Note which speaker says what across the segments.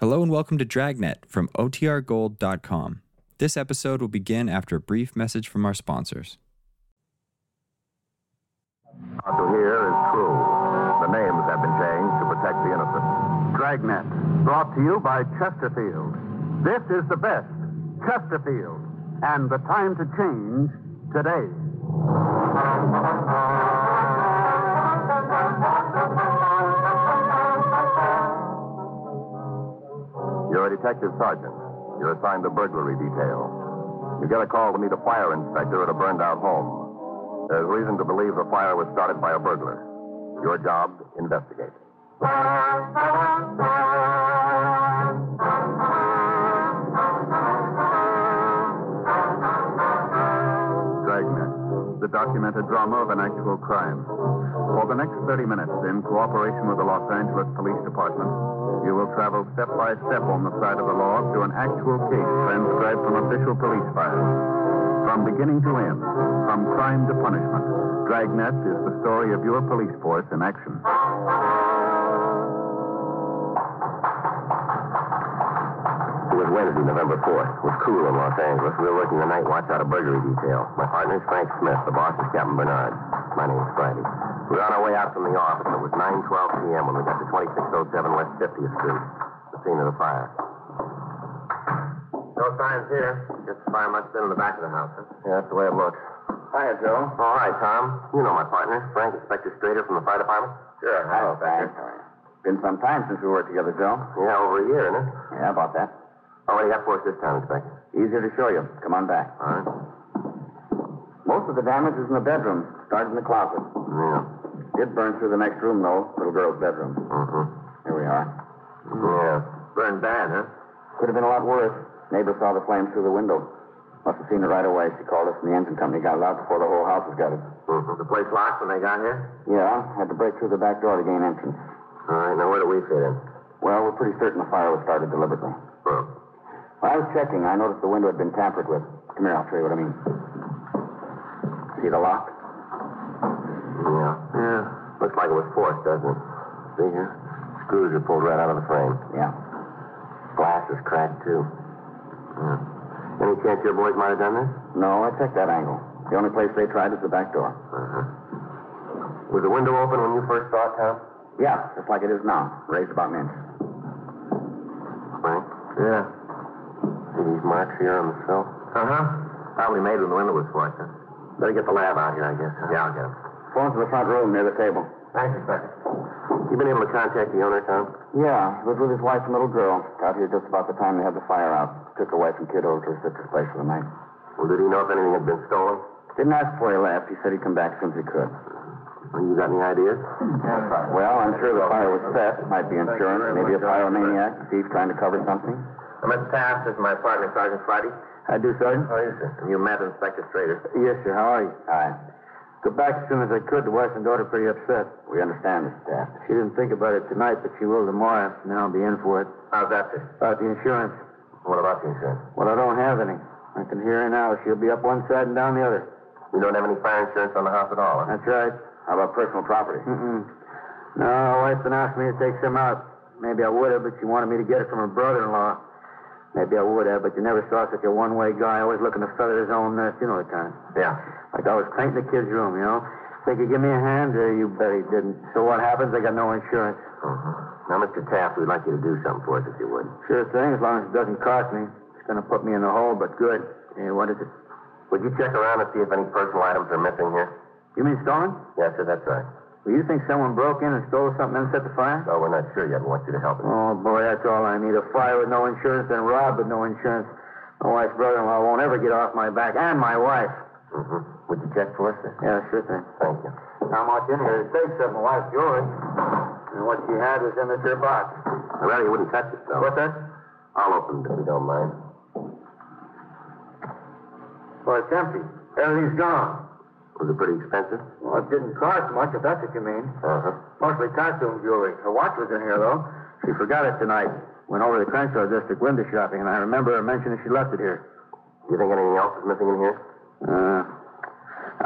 Speaker 1: Hello and welcome to Dragnet from OTRGold.com. This episode will begin after a brief message from our sponsors.
Speaker 2: What you hear is true. The names have been changed to protect the innocent.
Speaker 3: Dragnet, brought to you by Chesterfield. This is the best, Chesterfield, and the time to change today.
Speaker 2: You're a detective sergeant. You're assigned to burglary detail. You get a call to meet a fire inspector at a burned out home. There's reason to believe the fire was started by a burglar. Your job, investigate.
Speaker 3: Dragnet, the documented drama of an actual crime. For the next 30 minutes, in cooperation with the Los Angeles Police Department, you will travel step by step on the side of the law to an actual case transcribed from official police files. From beginning to end, from crime to punishment, Dragnet is the story of your police force in action.
Speaker 2: It was Wednesday, November 4th. It was cool in Los Angeles. We were working the night watch out of burglary detail. My partner's Frank Smith. The boss is Captain Bernard. My name is Friday. We were on our way out from the office. It was 9.12 p.m. when we got to 2607 West 50th Street, the scene of the fire.
Speaker 4: No signs here. Just the fire must have been in the back of the house, huh?
Speaker 2: Yeah, that's the way it looks.
Speaker 4: Hiya, Joe.
Speaker 2: All right, Tom. You know my partner, Frank Inspector Strader from the fire department.
Speaker 4: Sure. Hello, Baxter.
Speaker 3: Been some time since we worked together, Joe.
Speaker 2: Yeah, over a year, isn't it?
Speaker 3: Yeah, about that.
Speaker 2: All right, you got for us this time, Inspector.
Speaker 3: Easier to show you. Come on back.
Speaker 2: All right.
Speaker 3: Most of the damage is in the bedroom. Started in the closet.
Speaker 2: Yeah.
Speaker 3: Did burn through the next room, though. Little girl's bedroom.
Speaker 2: Mm-hmm.
Speaker 3: Here we are.
Speaker 2: Yeah.
Speaker 4: Burned bad, huh?
Speaker 3: Could have been a lot worse. Neighbor saw the flames through the window. Must have seen it right away. She called us, and the engine company got it out before the whole house has got it.
Speaker 2: Mm-hmm.
Speaker 4: The place locked when they got here?
Speaker 3: Yeah, had to break through the back door to gain entrance.
Speaker 2: All right, now where do we fit in?
Speaker 3: Well, we're pretty certain the fire was started deliberately.
Speaker 2: Hmm.
Speaker 3: When I was checking, I noticed the window had been tampered with. Come here, I'll show you what I mean. See the lock?
Speaker 2: Yeah.
Speaker 4: Yeah.
Speaker 2: Looks like it was forced, doesn't it? See here? Screws are pulled right out of the frame.
Speaker 3: Yeah.
Speaker 2: Glass is cracked, too. Yeah. Any chance your boys might have done this?
Speaker 3: No, I checked that angle. The only place they tried is the back door.
Speaker 2: Uh-huh. Was the window open when you first saw it, Tom?
Speaker 3: Yeah, just like it is now. Raised about an inch.
Speaker 2: Frank?
Speaker 4: Yeah.
Speaker 2: See these marks here on the sill?
Speaker 4: Uh-huh. Probably made when the window was forced, huh?
Speaker 2: Better get the lab out here, I guess. Huh?
Speaker 4: Yeah, I'll get him.
Speaker 3: Phone's in the front room near the table.
Speaker 4: Thanks, Inspector.
Speaker 2: You been able to contact the owner, Tom?
Speaker 3: Yeah, he was with his wife and little girl. Got here just about the time they had the fire out. Took her away from kid over to her sister's place for the night.
Speaker 2: Well, did he know if anything had been stolen?
Speaker 3: Didn't ask before he left. He said he'd come back as soon as he could.
Speaker 2: Well, you got any ideas?
Speaker 3: Well, I'm sure the fire was set. Might be insurance, maybe a pyromaniac, thief trying to cover something.
Speaker 4: I'm at Uh, Taft. This is my partner, Sergeant Friday.
Speaker 3: I do, Sergeant.
Speaker 4: How are you, sir? And you met Inspector Strader.
Speaker 3: Yes, sir. How are you? Hi. Got back as soon as I could. The wife and daughter pretty upset. We understand this, Dad. She didn't think about it tonight, but she will tomorrow. and I'll be in for it.
Speaker 4: How's that, sir?
Speaker 3: About the insurance.
Speaker 2: What about the insurance?
Speaker 3: Well, I don't have any. I can hear her now. She'll be up one side and down the other.
Speaker 2: You don't have any fire insurance on the house at all, huh?
Speaker 3: That's right.
Speaker 2: How about personal property?
Speaker 3: Mm-mm. No, my wife been asking me to take some out. Maybe I would have, but she wanted me to get it from her brother-in-law. Maybe I would have, but you never saw such a one-way guy always looking to feather his own nest, you know the kind.
Speaker 4: Yeah.
Speaker 3: Like I was painting the kid's room, you know. Think you give me a hand? Uh, you bet he didn't. So what happens? I got no insurance.
Speaker 2: Mm-hmm. Now, Mr. Taft, we'd like you to do something for us if you would.
Speaker 3: Sure thing, as long as it doesn't cost me. It's gonna put me in the hole, but good. Hey, what is it?
Speaker 2: Would you check around and see if any personal items are missing here?
Speaker 3: You mean stolen?
Speaker 2: Yes, sir, that's right.
Speaker 3: Well, you think someone broke in and stole something and set the fire?
Speaker 2: No, we're not sure yet. We want you to help us.
Speaker 3: Oh boy, that's all I need. A fire with no insurance and robbed with no insurance. My wife's brother-in-law won't ever get off my back, and my wife.
Speaker 2: Mm-hmm. Would you check for us, sir?
Speaker 3: Yeah, sure thing.
Speaker 2: Thank you.
Speaker 3: How much in here? It takes something. Wife's yours. And what she had was in this here box.
Speaker 2: I'd rather you wouldn't touch it, though.
Speaker 3: What's that?
Speaker 2: I'll open it if you don't mind.
Speaker 3: Well, it's empty. Everything's gone.
Speaker 2: Was it pretty expensive?
Speaker 3: Well, it didn't cost much, if that's what you mean.
Speaker 2: Uh-huh.
Speaker 3: Mostly costume jewelry. Her watch was in here, though. She forgot it tonight. Went over to Crenshaw District window shopping, and I remember her mentioning she left it here.
Speaker 2: You think anything else is missing in here?
Speaker 3: Uh,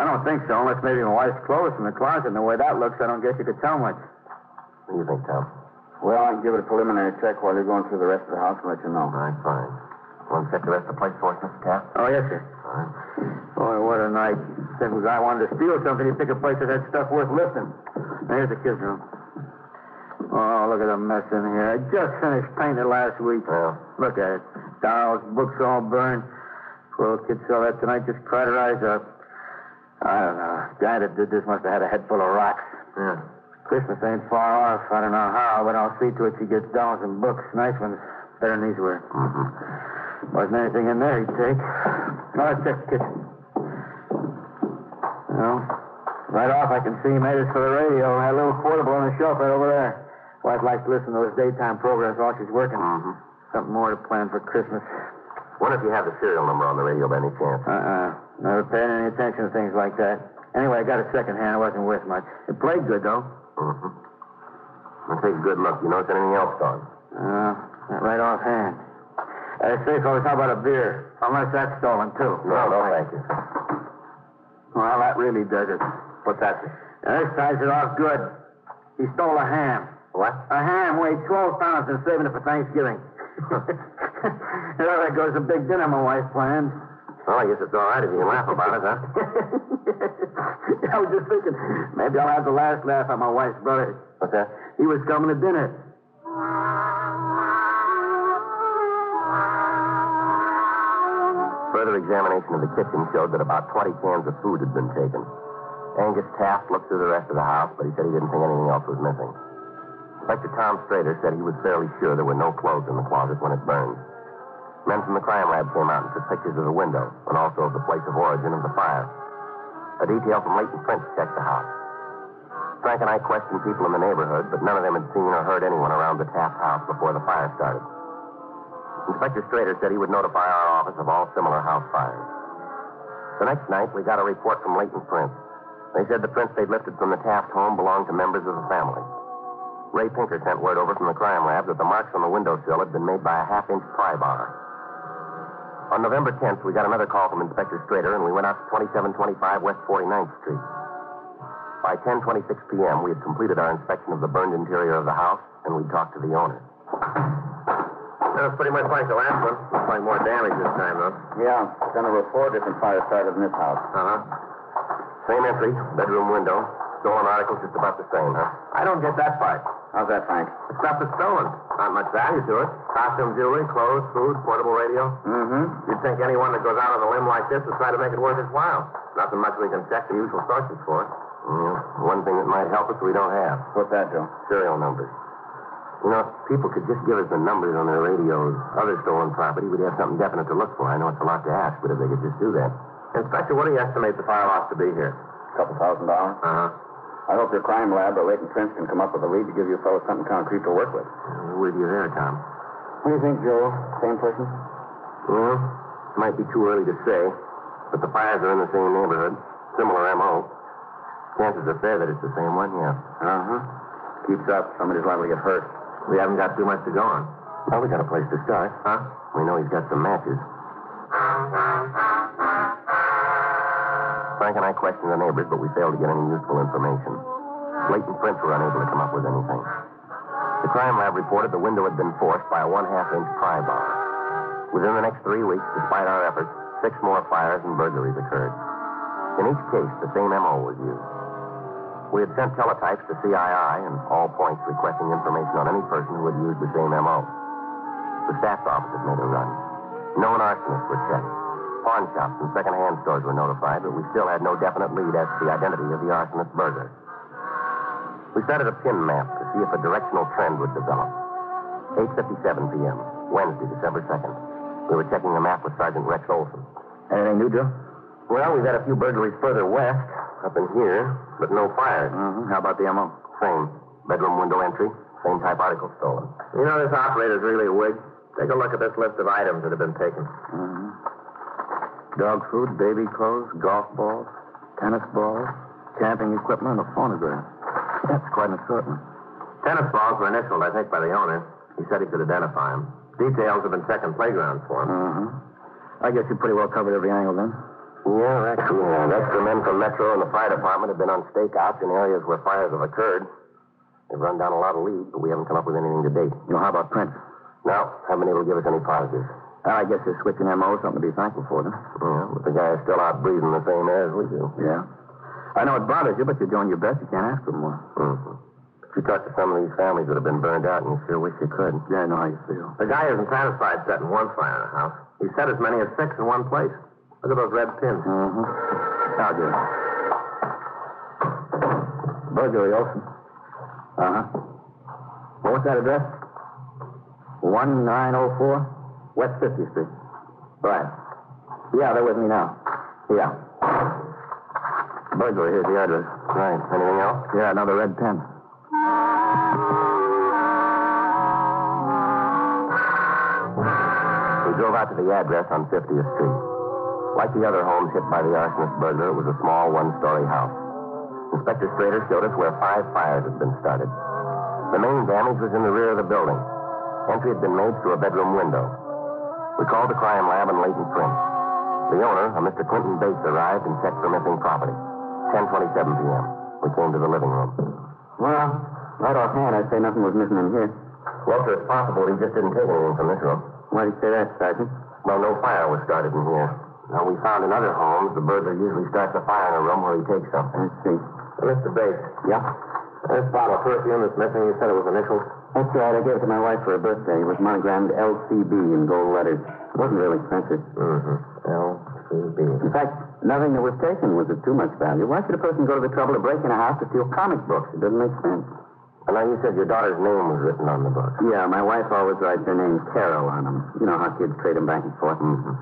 Speaker 3: I don't think so, unless maybe my wife's clothes in the closet. And the way that looks, I don't guess you could tell much.
Speaker 2: What do you think, Tom?
Speaker 5: Well, I'll give it a preliminary check while you're going through the rest of the house and let you know.
Speaker 3: All right, fine. Want to check the rest of the place for us, Mr. Taft?
Speaker 4: Oh, yes, sir.
Speaker 3: All right.
Speaker 4: Boy, what a night. Simple guy wanted to steal something, he'd pick a place that had stuff worth lifting. There's the kids' room. Oh, look at the mess in here. I just finished painting last week.
Speaker 3: Well,
Speaker 4: Look at it. Dolls, books all burned. Poor old kid saw that tonight, just cried her eyes out. I don't know. Guy that did this must have had a head full of rocks.
Speaker 3: yeah.
Speaker 4: Christmas ain't far off. I don't know how, but I'll see to it she gets dolls and books. Nice ones. Better than these were. Wasn't anything in there he'd take. Now let's check the kitchen. Well, right off I can see he made us for the radio. Had a little portable on the shelf right over there. Wife likes to listen to those daytime programs while she's working. Something more to plan for Christmas.
Speaker 3: Wonder Mm-hmm. if you have the serial number on the radio by any chance.
Speaker 4: Uh-uh. Never paying any attention to things like that. Anyway, I got a second hand. It wasn't worth much. It played good, though.
Speaker 3: Mm-hmm. Let's take a good look. You notice anything else, Don?
Speaker 4: Uh, not right offhand. Uh, say, fellas, how about a beer? Unless that's stolen, too.
Speaker 3: No, no, thank you.
Speaker 4: Well, that really does it.
Speaker 3: What's that? sir?
Speaker 4: This ties it off good. He stole a ham.
Speaker 3: What?
Speaker 4: A ham weighed 12 pounds and saving it for Thanksgiving. well, there goes the big dinner my wife planned.
Speaker 3: Well, Oh, I guess it's all right if you can laugh about it, huh?
Speaker 4: I was just thinking, maybe I'll have the last laugh at my wife's brother.
Speaker 3: What's that?
Speaker 4: He was coming to dinner.
Speaker 3: Further examination of the kitchen showed that about 20 cans of food had been taken. Angus Taft looked through the rest of the house, but he said he didn't think anything else was missing. Inspector Tom Strader said he was fairly sure there were no clothes in the closet when it burned. Men from the crime lab came out and took pictures of the window and also of the place of origin of the fire. A detail from Leighton Prince checked the house. Frank and I questioned people in the neighborhood, but none of them had seen or heard anyone around the Taft house before the fire started. Inspector Strader said he would notify our office of all similar house fires. The next night, we got a report from Leighton Prince. They said the prints they'd lifted from the Taft home belonged to members of the family. Ray Pinker sent word over from the crime lab that the marks on the windowsill had been made by a half inch pry bar. On November 10th, we got another call from Inspector Strader, and we went out to 2725 West 49th Street. By 10:26 p.m., we had completed our inspection of the burned interior of the house, and we talked to the owner.
Speaker 4: That was pretty much like the last one. Looks like more damage this time, though.
Speaker 5: Yeah, then there were four different fires started in this house.
Speaker 4: Uh-huh.
Speaker 3: Uh-huh. Same entry, bedroom window. Stolen articles just about the same, huh?
Speaker 4: I don't get that part.
Speaker 5: How's that, Frank?
Speaker 4: The stuff is stolen.
Speaker 3: Not much value to it. Costume, jewelry, clothes, food, portable radio.
Speaker 5: Mm-hmm.
Speaker 3: You'd think anyone that goes out on a limb like this would try to make it worth his while. Nothing much we can check the usual sources for. Yeah, one thing that might help us we don't have
Speaker 5: What's that, Joe?
Speaker 3: serial numbers. You know, if people could just give us the numbers on their radios, other stolen property, we'd have something definite to look for. I know it's a lot to ask, but if they could just do that. Inspector, what do you estimate the fire loss to be here?
Speaker 5: couple thousand dollars.
Speaker 3: Uh huh.
Speaker 5: I hope your crime lab or Leighton Prince can come up with a lead to give you fellows something concrete to work with.
Speaker 3: We're with you there, Tom.
Speaker 5: What do you think, Joe? Same person?
Speaker 3: Well, it might be too early to say, but the fires are in the same neighborhood, similar MO. Chances are fair that it's the same one, yeah.
Speaker 5: Uh-huh. Keeps up. Somebody's liable to get hurt.
Speaker 3: We haven't got too much to go on. Well, we got a place to start. Huh? We know he's got some matches. Frank and I questioned the neighbors, but we failed to get any useful information. Leighton Prince were unable to come up with anything. The crime lab reported the window had been forced by a one half inch pry bar. Within the next three weeks, despite our efforts, six more fires and burglaries occurred. In each case, the same MO was used. We had sent teletypes to CII and all points requesting information on any person who had used the same MO. The staff's office had made a run. Known arsonists were checked. Pawn shops and second-hand stores were notified, but we still had no definite lead as to the identity of the arsonist burglar. We started a pin map to see if a directional trend would develop. 8.57 p.m., Wednesday, December 2nd. We were checking the map with Sergeant Rex Olson.
Speaker 5: Anything new, Joe?
Speaker 3: Well, we've had a few burglaries further west, up in here, but no fires.
Speaker 5: Mm-hmm. How about the MO?
Speaker 3: Same. Bedroom window entry. Same type article stolen. You know, this operator's really a wig. Take a look at this list of items that have been taken. Mm-hmm.
Speaker 5: Dog food, baby clothes, golf balls, tennis balls, camping equipment, and a phonograph. That's quite an assortment.
Speaker 3: Tennis balls were initialed, I think, by the owner. He said he could identify them. Details have been checked in playgrounds for him.
Speaker 5: Mm-hmm. I guess you pretty well covered every angle then.
Speaker 3: Yeah, that's yeah. The men from Metro and the fire department have been on stakeouts in areas where fires have occurred. They've run down a lot of leads, but we haven't come up with anything to date.
Speaker 4: You know, how about Prince?
Speaker 3: No, haven't been able to give us any positives.
Speaker 4: Well, I guess they're switching MO, something to be thankful for, then.
Speaker 3: Yeah, but the guy's still out breathing the same air as we do.
Speaker 4: Yeah. I know it bothers you, but you're doing your best. You can't ask for more.
Speaker 3: Mm-hmm. If you talk to some of these families that have been burned out, and you sure wish you could.
Speaker 4: Yeah, I know how you feel.
Speaker 3: The guy isn't satisfied setting one fire in a house. He set as many as six in one place. Look at those red pins.
Speaker 4: Mm-hmm.
Speaker 3: Now, Jim.
Speaker 4: Burglary, Olson. Uh-huh. Well, what's that address? 1904 West 50th Street. Right. Yeah, they're with me now. Yeah.
Speaker 3: Burglary, here's the address. Right. Anything else?
Speaker 4: Yeah, another red pen.
Speaker 3: We drove out to the address on 50th Street. Like the other homes hit by the arsonist burglar, it was a small one-story house. Inspector Strader showed us where five fires had been started. The main damage was in the rear of the building. Entry had been made through a bedroom window. We called the crime lab in Leighton Prince. The owner, a Mr. Clinton Bates, arrived and checked for missing property. 10.27 p.m. We came to the living room.
Speaker 4: Well, right offhand, I'd say nothing was missing in here.
Speaker 3: Well, sir, it's possible he just didn't take anything from this room.
Speaker 4: Why'd you say that, Sergeant?
Speaker 3: Well, no fire was started in here. Now, we found in other homes, the burglar usually starts a fire in a room where he takes something.
Speaker 4: Let's see.
Speaker 3: Mr. Bates,
Speaker 4: Yeah.
Speaker 3: this bottle of perfume that's missing, you said it was initials?
Speaker 4: That's right. I gave it to my wife for her birthday. It was monogrammed LCB in gold letters. It wasn't really expensive.
Speaker 3: Mm-hmm. L-C-B.
Speaker 4: In fact, nothing that was taken was of too much value. Why should a person go to the trouble of breaking a house to steal comic books? It doesn't make sense.
Speaker 3: And now you said your daughter's name was written on the book.
Speaker 4: Yeah, my wife always writes her name Carol on them. You know how kids trade them back and forth.
Speaker 3: Mm-hmm.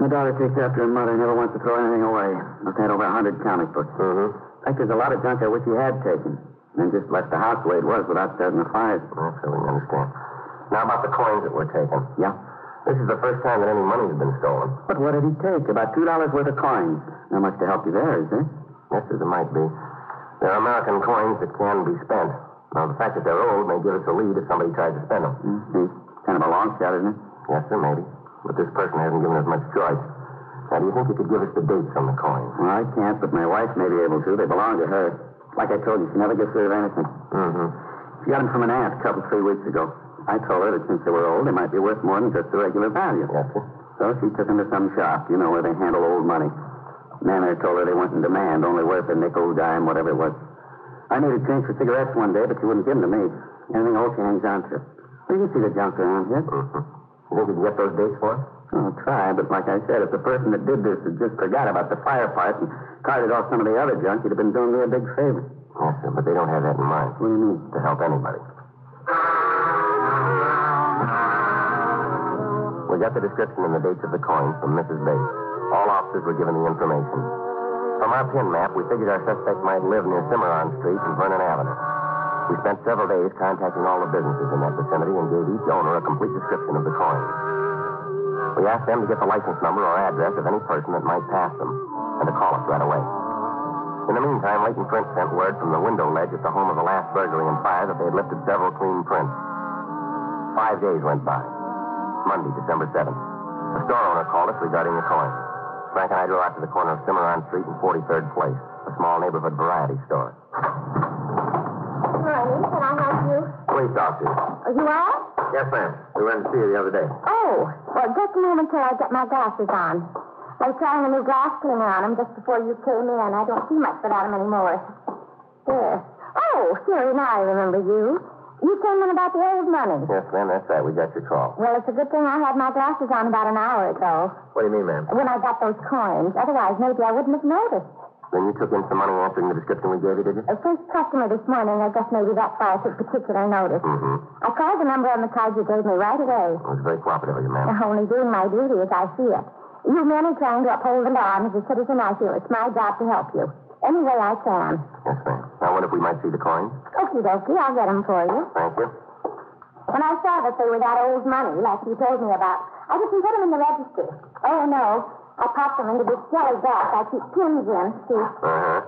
Speaker 4: My daughter takes after her mother, never wants to throw anything away. I've had over a hundred comic books.
Speaker 3: Mm-hmm.
Speaker 4: In fact, there's a lot of junk I wish he had taken. And then just left the house the way it was without starting the fires.
Speaker 3: That's how we understand. Now about the coins that were taken.
Speaker 4: Yeah.
Speaker 3: This is the first time that any money has been stolen.
Speaker 4: But what did he take? About two dollars worth of coins. Not much to help you there, is there?
Speaker 3: Yes, as it might be. There are American coins that can be spent. Now, the fact that they're old may give us a lead if somebody tried to spend them.
Speaker 4: Mm-hmm. Kind of a long shot, isn't it?
Speaker 3: Yes, sir, maybe. But this person hasn't given us much choice. Now, do you think you could give us the dates on the coins?
Speaker 4: Well, I can't, but my wife may be able to. They belong to her. Like I told you, she never gets rid of anything.
Speaker 3: Mm-hmm.
Speaker 4: She got them from an aunt a couple, three weeks ago. I told her that since they were old, they might be worth more than just the regular value.
Speaker 3: Yes, sir.
Speaker 4: So she took them to some shop, you know, where they handle old money. Nana told her they weren't in demand, only worth a nickel, dime, whatever it was. I needed change for cigarettes one day, but she wouldn't give them to me. Anything old she hangs on to. Well, you can see the junk around here.
Speaker 3: Mm-hmm. You think you can get those dates for us?
Speaker 4: I'll try, but like I said, if the person that did this had just forgot about the fire part and carted off some of the other junk, he'd have been doing me a big favor.
Speaker 3: Yes, sir, but they don't have that in mind
Speaker 4: What do you mean?
Speaker 3: to help anybody. We got the description and the dates of the coins from Mrs. Bates. All officers were given the information. From our pin map, we figured our suspect might live near Cimarron Street and Vernon Avenue. We spent several days contacting all the businesses in that vicinity and gave each owner a complete description of the coins. We asked them to get the license number or address of any person that might pass them and to call us right away. In the meantime, Leighton Prince sent word from the window ledge at the home of the last burglary and fire that they had lifted several clean prints. Five days went by. Monday, December 7th. The store owner called us regarding the coin. Frank and I drove out to the corner of Cimarron Street and 43rd Place, a small neighborhood variety store.
Speaker 6: Honey, can I help you?
Speaker 3: Police officers.
Speaker 6: Are you out?
Speaker 3: Yes, ma'am. We went to see you the other day.
Speaker 6: Oh, well, just a moment till I get my glasses on. I was trying a new glass cleaner on them just before you came in. I don't see much without them anymore. There. Oh, Siri, now I remember you. You came in about the old money.
Speaker 3: Yes, ma'am. That's right. We got your call.
Speaker 6: Well, it's a good thing I had my glasses on about an hour ago
Speaker 3: What do you mean, ma'am?
Speaker 6: when I got those coins. Otherwise, maybe I wouldn't have noticed.
Speaker 3: Then you took in some money answering the description we gave you, did you?
Speaker 6: The first customer this morning, I guess maybe that's why I took particular notice.
Speaker 3: Mm-hmm.
Speaker 6: I called the number on the card you gave me right away.
Speaker 3: It was very cooperative of you, ma'am.
Speaker 6: I'm only doing my duty as I see it. You men are trying to uphold the law, and as a citizen, I feel it's my job to help you. Any way I can.
Speaker 3: Yes, ma'am. Now, what if we might see the coins?
Speaker 6: Okie dokie, I'll get 'em for you.
Speaker 3: Thank you.
Speaker 6: When I saw that they were that old money, like you told me about, I didn't put 'em in the register. Oh, no. I popped 'em into this jelly box I keep pins in. See,
Speaker 3: Uh-huh.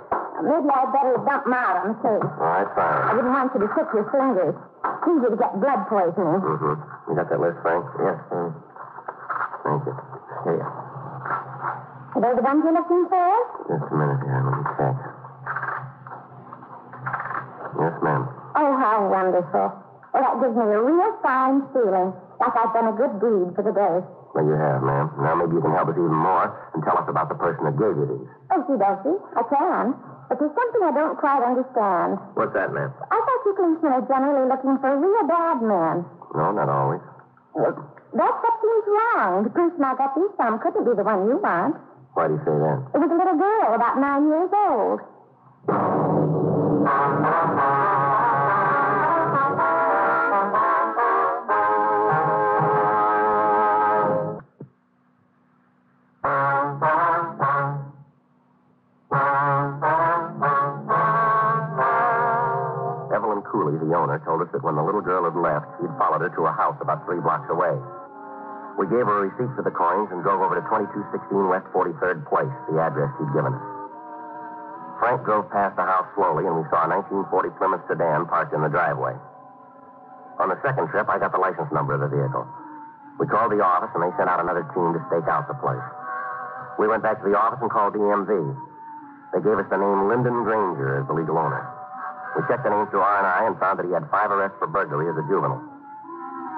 Speaker 6: maybe I'd better dump 'em out on the safe.
Speaker 3: All right, fine.
Speaker 6: I didn't want you to stick your fingers. It's easy to get blood poisoning.
Speaker 3: Mm-hmm. You got that list, Frank? Yes, sir. Thank you. Here.
Speaker 6: Are they the ones you're looking for?
Speaker 3: Just a minute here. Let me check. Yes, ma'am.
Speaker 6: Oh, how how wonderful. Well, that gives me a real fine feeling, like I've done a good deed for the day.
Speaker 3: Well, you have, ma'am. Now maybe you can help us even more and tell us about the person that gave you these.
Speaker 6: Okie dokie, I can. But there's something I don't quite understand.
Speaker 3: What's that, ma'am?
Speaker 6: I thought you policemen are generally looking for real bad men.
Speaker 3: No, not always.
Speaker 6: That's what seems wrong. The person I got these from couldn't be the one you want.
Speaker 3: Why do you say that?
Speaker 6: It was a little girl, about nine years old.
Speaker 3: Evelyn Cooley, the owner, told us that when the little girl had left, he'd followed her to a house about three blocks away. We gave her a receipt for the coins and drove over to 2216 West 43rd Place, the address he'd given us. Frank drove past the house slowly, and we saw a 1940 Plymouth sedan parked in the driveway. On the second trip, I got the license number of the vehicle. We called the office, and they sent out another team to stake out the place. We went back to the office and called DMV. They gave us the name Lyndon Granger as the legal owner. We checked the name through R&I and found that he had five arrests for burglary as a juvenile.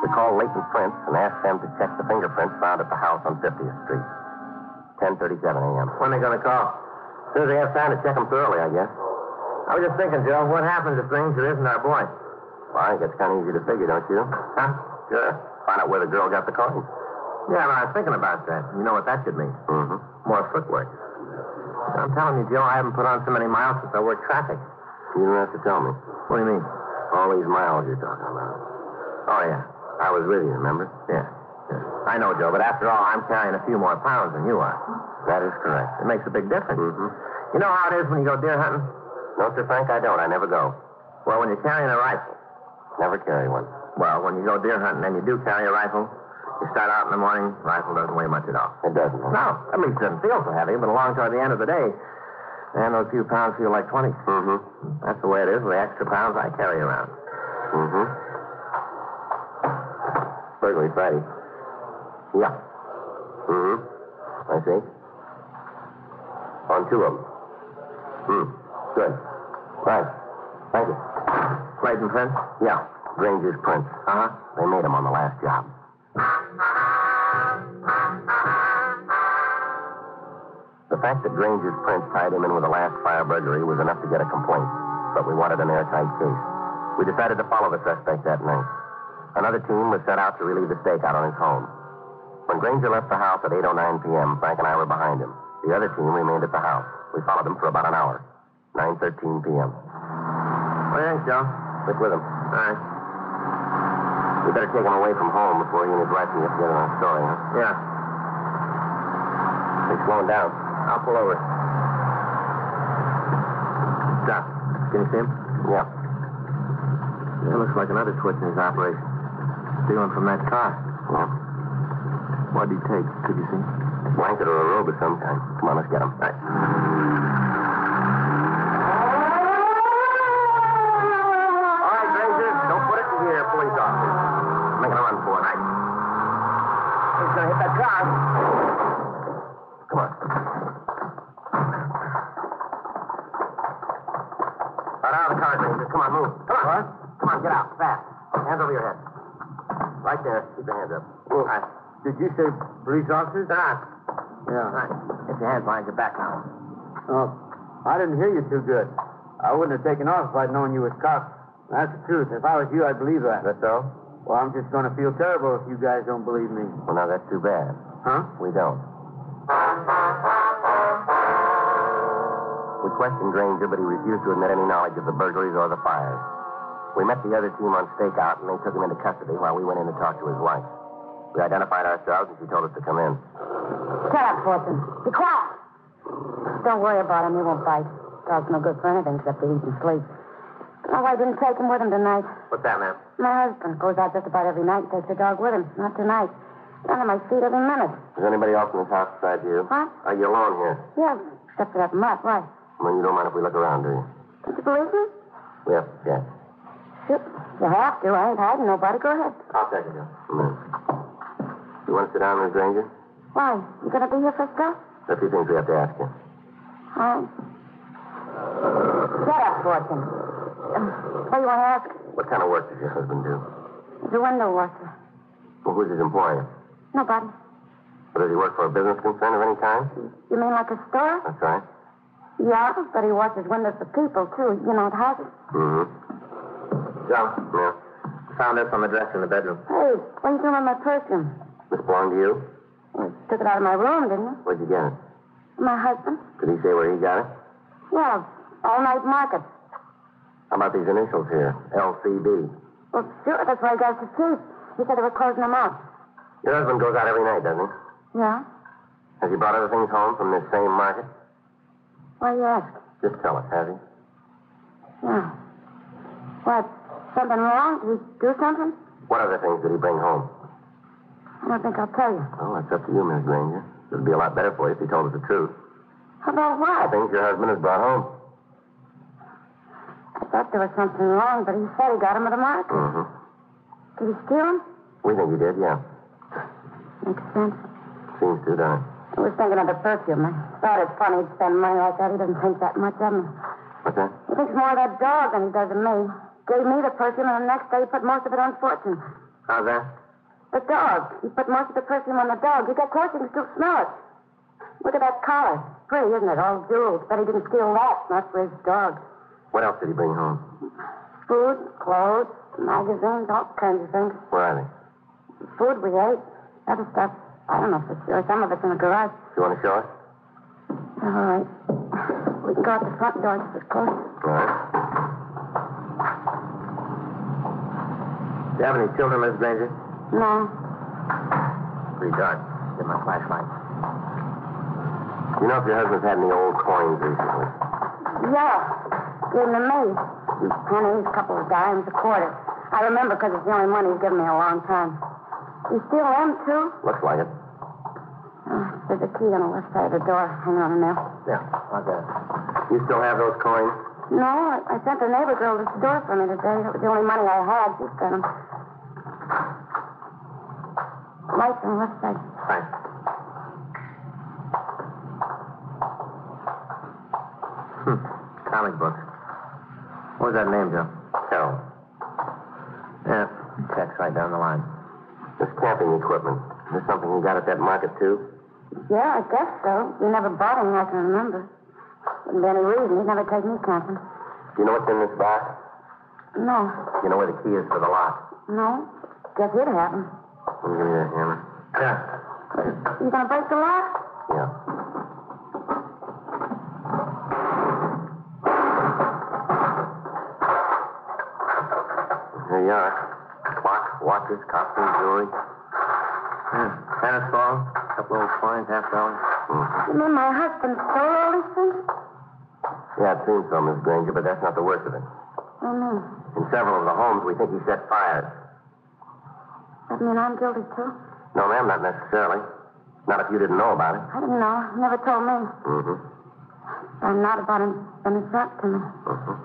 Speaker 3: We called Leighton Prince and asked them to check the fingerprints found at the house on 50th Street. 10.37 a.m. When are they going to call? As soon as they have time to check them thoroughly, I guess. I was just thinking, Joe, what happens if Granger isn't our boy? Well, I think it's kind of easy to figure, don't you? Huh? Sure. Find out where the girl got the coin. Yeah, but I was thinking about that. You know what that should mean? Mm-hmm. More footwork. I'm telling you, Joe, I haven't put on so many miles since I worked traffic. You don't have to tell me. What do you mean? All these miles you're talking about. Oh, yeah. I was with you, remember? Yeah. I know, Joe, but after all, I'm carrying a few more pounds than you are. That is correct. It makes a big difference. Mm-hmm. You know how it is when you go deer hunting? No, Sir Frank, I don't. I never go. Well, when you're carrying a rifle. Never carry one. Well, when you go deer hunting and you do carry a rifle, you start out in the morning, rifle doesn't weigh much at all. It doesn't. No, at least it doesn't feel so heavy, but along toward the end of the day, and those few pounds feel like 20. Mm-hmm. That's the way it is with the extra pounds I carry around. Mm-hmm. Burglary Friday. Yeah. Mm-hmm. I see. On two of them. Hmm. Good. Right. Thank you. Clayton Prince? Yeah. Granger's Prince. Uh-huh. They made him on the last job. The fact that Granger's prints tied him in with the last fire burglary was enough to get a complaint, but we wanted an airtight case. We decided to follow the suspect that night. Another team was sent out to relieve the stakeout on his home. When Granger left the house at 8.09 p.m., Frank and I were behind him. The other team remained at the house. We followed him for about an hour. 9.13 p.m. What do you think, Joe? Stick with him. All right. We better take him away from home before he and his wife can get together on a story, huh? Yeah. He's slowing down. I'll pull over. Stop. Can you see him? Yeah. That looks like another twitch in his operation. Stealing from that car. Yeah. What did he take? Could you see? A blanket or a robe of some kind. Come on, let's get him. All right. All right, Granger. Don't put it in here, police officer. Make a run for it. Right. He's gonna hit that car. Come on. Right out of the car, Granger. Come on, move. Come on. What? Come on, get out. Fast. Hands over your head. Right there. Keep your hands up. All right.
Speaker 5: Did you say police officers?
Speaker 3: Stop. All
Speaker 5: Yeah.
Speaker 3: right. Get your hands behind your back now.
Speaker 5: Oh, I didn't hear you too good. I wouldn't have taken off if I'd known you was cops. That's the truth. If I was you, I'd believe that.
Speaker 3: That's so?
Speaker 5: Well, I'm just going to feel terrible if you guys don't believe me.
Speaker 3: Well, now that's too bad.
Speaker 5: Huh?
Speaker 3: We don't. We questioned Granger, but he refused to admit any knowledge of the burglaries or the fires. We met the other team on stakeout, and they took him into custody while we went in to talk to his wife. We identified ourselves, and she told us to come in.
Speaker 6: Shut up, Fortune. Be quiet. Don't worry about him. He won't bite. Dog's no good for anything except to eat and sleep. My wife didn't take him with him tonight.
Speaker 3: What's that, ma'am?
Speaker 6: My husband goes out just about every night and takes the dog with him. Not tonight. He's under my feet every minute.
Speaker 3: Is anybody else in this house besides you?
Speaker 6: Huh?
Speaker 3: Are you alone here?
Speaker 6: Yeah, except for that mutt. Why?
Speaker 3: Well, you don't mind if we look around, do you?
Speaker 6: Did you believe me?
Speaker 3: We have to check.
Speaker 6: Yep. You have to. I ain't hiding nobody. Go ahead.
Speaker 3: I'll check it, You want to sit down, Miss Granger?
Speaker 6: Why? You gonna be here for stuff?
Speaker 3: There are a few things we have to ask you.
Speaker 6: Huh? Shut up, Fortune. Um, what do you want to ask?
Speaker 3: Well, What kind of work does your husband do?
Speaker 6: He's a window worker.
Speaker 3: Well, who's his employer?
Speaker 6: Nobody.
Speaker 3: Well, does he work for a business concern of any kind?
Speaker 6: You mean like a store?
Speaker 3: That's right.
Speaker 6: Yeah, but he washes windows for people, too. You know, it has
Speaker 3: Mm-hmm. So, Mm-hmm. yeah. Found this on the dresser in the bedroom.
Speaker 6: Hey, what are you doing with my perfume?
Speaker 3: This belonged to you?
Speaker 6: You took it out of my room, didn't you?
Speaker 3: Where'd you get it?
Speaker 6: My husband?
Speaker 3: Did he say where he got it?
Speaker 6: Yeah, all night market.
Speaker 3: How about these initials here? LCB.
Speaker 6: Well, sure, that's where I got the teeth. He said they were closing them out.
Speaker 3: Your husband goes out every night, doesn't he?
Speaker 6: Yeah?
Speaker 3: Has he brought other things home from this same market?
Speaker 6: Why you ask?
Speaker 3: Just tell us, has he?
Speaker 6: Yeah. What? Something wrong? Did he do something?
Speaker 3: What other things did he bring home?
Speaker 6: I don't think I'll tell you.
Speaker 3: Well, that's up to you, Miss Granger. It'd be a lot better for you if he told us the truth.
Speaker 6: How about
Speaker 3: I
Speaker 6: what?
Speaker 3: think your husband has brought home.
Speaker 6: I thought there was something wrong, but he said he got him at the market.
Speaker 3: Mm-hmm.
Speaker 6: Did he steal him?
Speaker 3: We think he did, yeah.
Speaker 6: Makes sense.
Speaker 3: Seems to, doesn't it?
Speaker 6: I was thinking of the perfume. I thought it's funny he'd spend money like that. He doesn't think that much of me.
Speaker 3: What's that?
Speaker 6: He thinks more of that dog than he does of me. Gave me the perfume, and the next day he put most of it on Fortune.
Speaker 3: How's that?
Speaker 6: The dog. He put most of the perfume on the dog. You get close, you can still smell it. Look at that collar. Pretty, isn't it? All jewels. Bet he didn't steal that. Not for his dog.
Speaker 3: What else did he bring home?
Speaker 6: Food, clothes, magazines, all kinds of things.
Speaker 3: Where are they?
Speaker 6: Food we ate. Other stuff. I don't know for sure. Some of it's in the garage.
Speaker 3: You want to show us?
Speaker 6: All right. We can go out the front door. It's close.
Speaker 3: All right. Do you have any children, Miss Granger?
Speaker 6: No.
Speaker 3: Pretty dark. Get my flashlight. You know if your husband's had any old coins recently?
Speaker 6: Yeah. Gave him to me. Pennies, a couple of dimes, a quarter. I remember because it's the only money he's given me in a long time. You steal them, too?
Speaker 3: Looks like it.
Speaker 6: Oh, there's a key on the left side of the door. Hang on a minute.
Speaker 3: Yeah, I got it. You still have those coins?
Speaker 6: No, I, I sent the neighbor girl to the store for me today. That was the only money I had. She spent them. Lights on the left side.
Speaker 3: Thanks. Hmm. Comic book. What was that name, Joe? Carol. Yeah, checks right down the line. This camping equipment. Is this something you got at that market, too?
Speaker 6: Yeah, I guess so. You never bought any I can remember. Wouldn't be any reason. You'd never take me camping.
Speaker 3: Do you know what's in this box?
Speaker 6: No.
Speaker 3: You know where the key is for the lock?
Speaker 6: No. Guess he'd have them.
Speaker 3: Give me that hammer. Yeah.
Speaker 6: You gonna break the lock?
Speaker 3: Yeah. Here you are. Clocks, watches, costume, jewelry. Yeah. Hmm, Tennis ball, couple old coins, half dollar. Hmm.
Speaker 6: You mean my husband stole all these things?
Speaker 3: Yeah, it seems so, Miss Granger, but that's not the worst of it.
Speaker 6: Oh, no.
Speaker 3: In several of the homes, we think he set fires.
Speaker 6: That mean I'm guilty, too?
Speaker 3: No, ma'am, not necessarily. Not if you didn't know about it.
Speaker 6: I didn't know. He never told me.
Speaker 3: Mm-hmm.
Speaker 6: I'm not about him been a threat to me.
Speaker 3: Mm-hmm.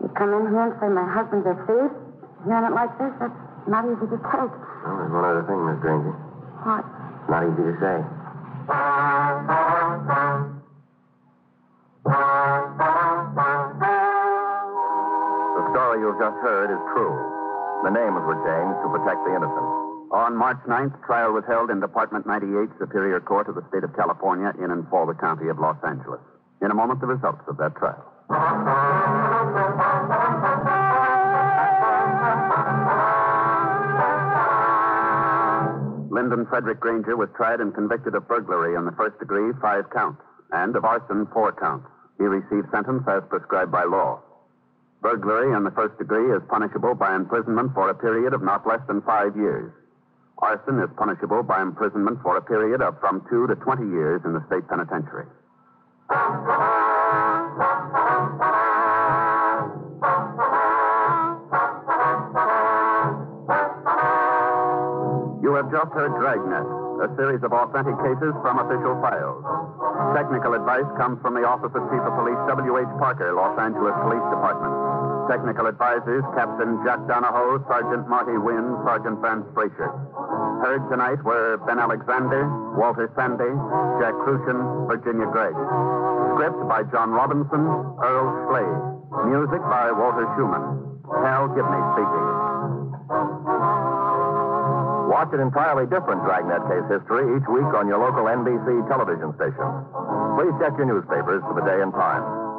Speaker 6: You come in here and say my husband's a thief. Hearing it like this, that's not easy to take.
Speaker 3: Well, there's one other thing, Miss Granger.
Speaker 6: What?
Speaker 3: Not easy to say.
Speaker 5: The story you've just heard is true. The names were changed to protect the innocent. On March 9th, trial was held in Department 98, Superior Court of the State of California, in and for the County of Los Angeles. In a moment, the results of that trial. Lyndon Frederick Granger was tried and convicted of burglary in the first degree, five counts, and of arson, four counts. He received sentence as prescribed by law. Burglary in the first degree is punishable by imprisonment for a period of not less than five years. Arson is punishable by imprisonment for a period of from two to 20 years in the state penitentiary. You have just heard Dragnet, a series of authentic cases from official files. Technical advice comes from the Office of Chief of Police W.H. Parker, Los Angeles Police Department. Technical advisors Captain Jack Donahoe, Sergeant Marty Wynn, Sergeant Vance Frazier. Heard tonight were Ben Alexander, Walter Sandy, Jack Crucian, Virginia Gregg. Script by John Robinson, Earl Schley. Music by Walter Schumann. Hal Gibney speaking.
Speaker 3: Watch an entirely different Dragnet case history each week on your local NBC television station. Please check your newspapers for the day and time.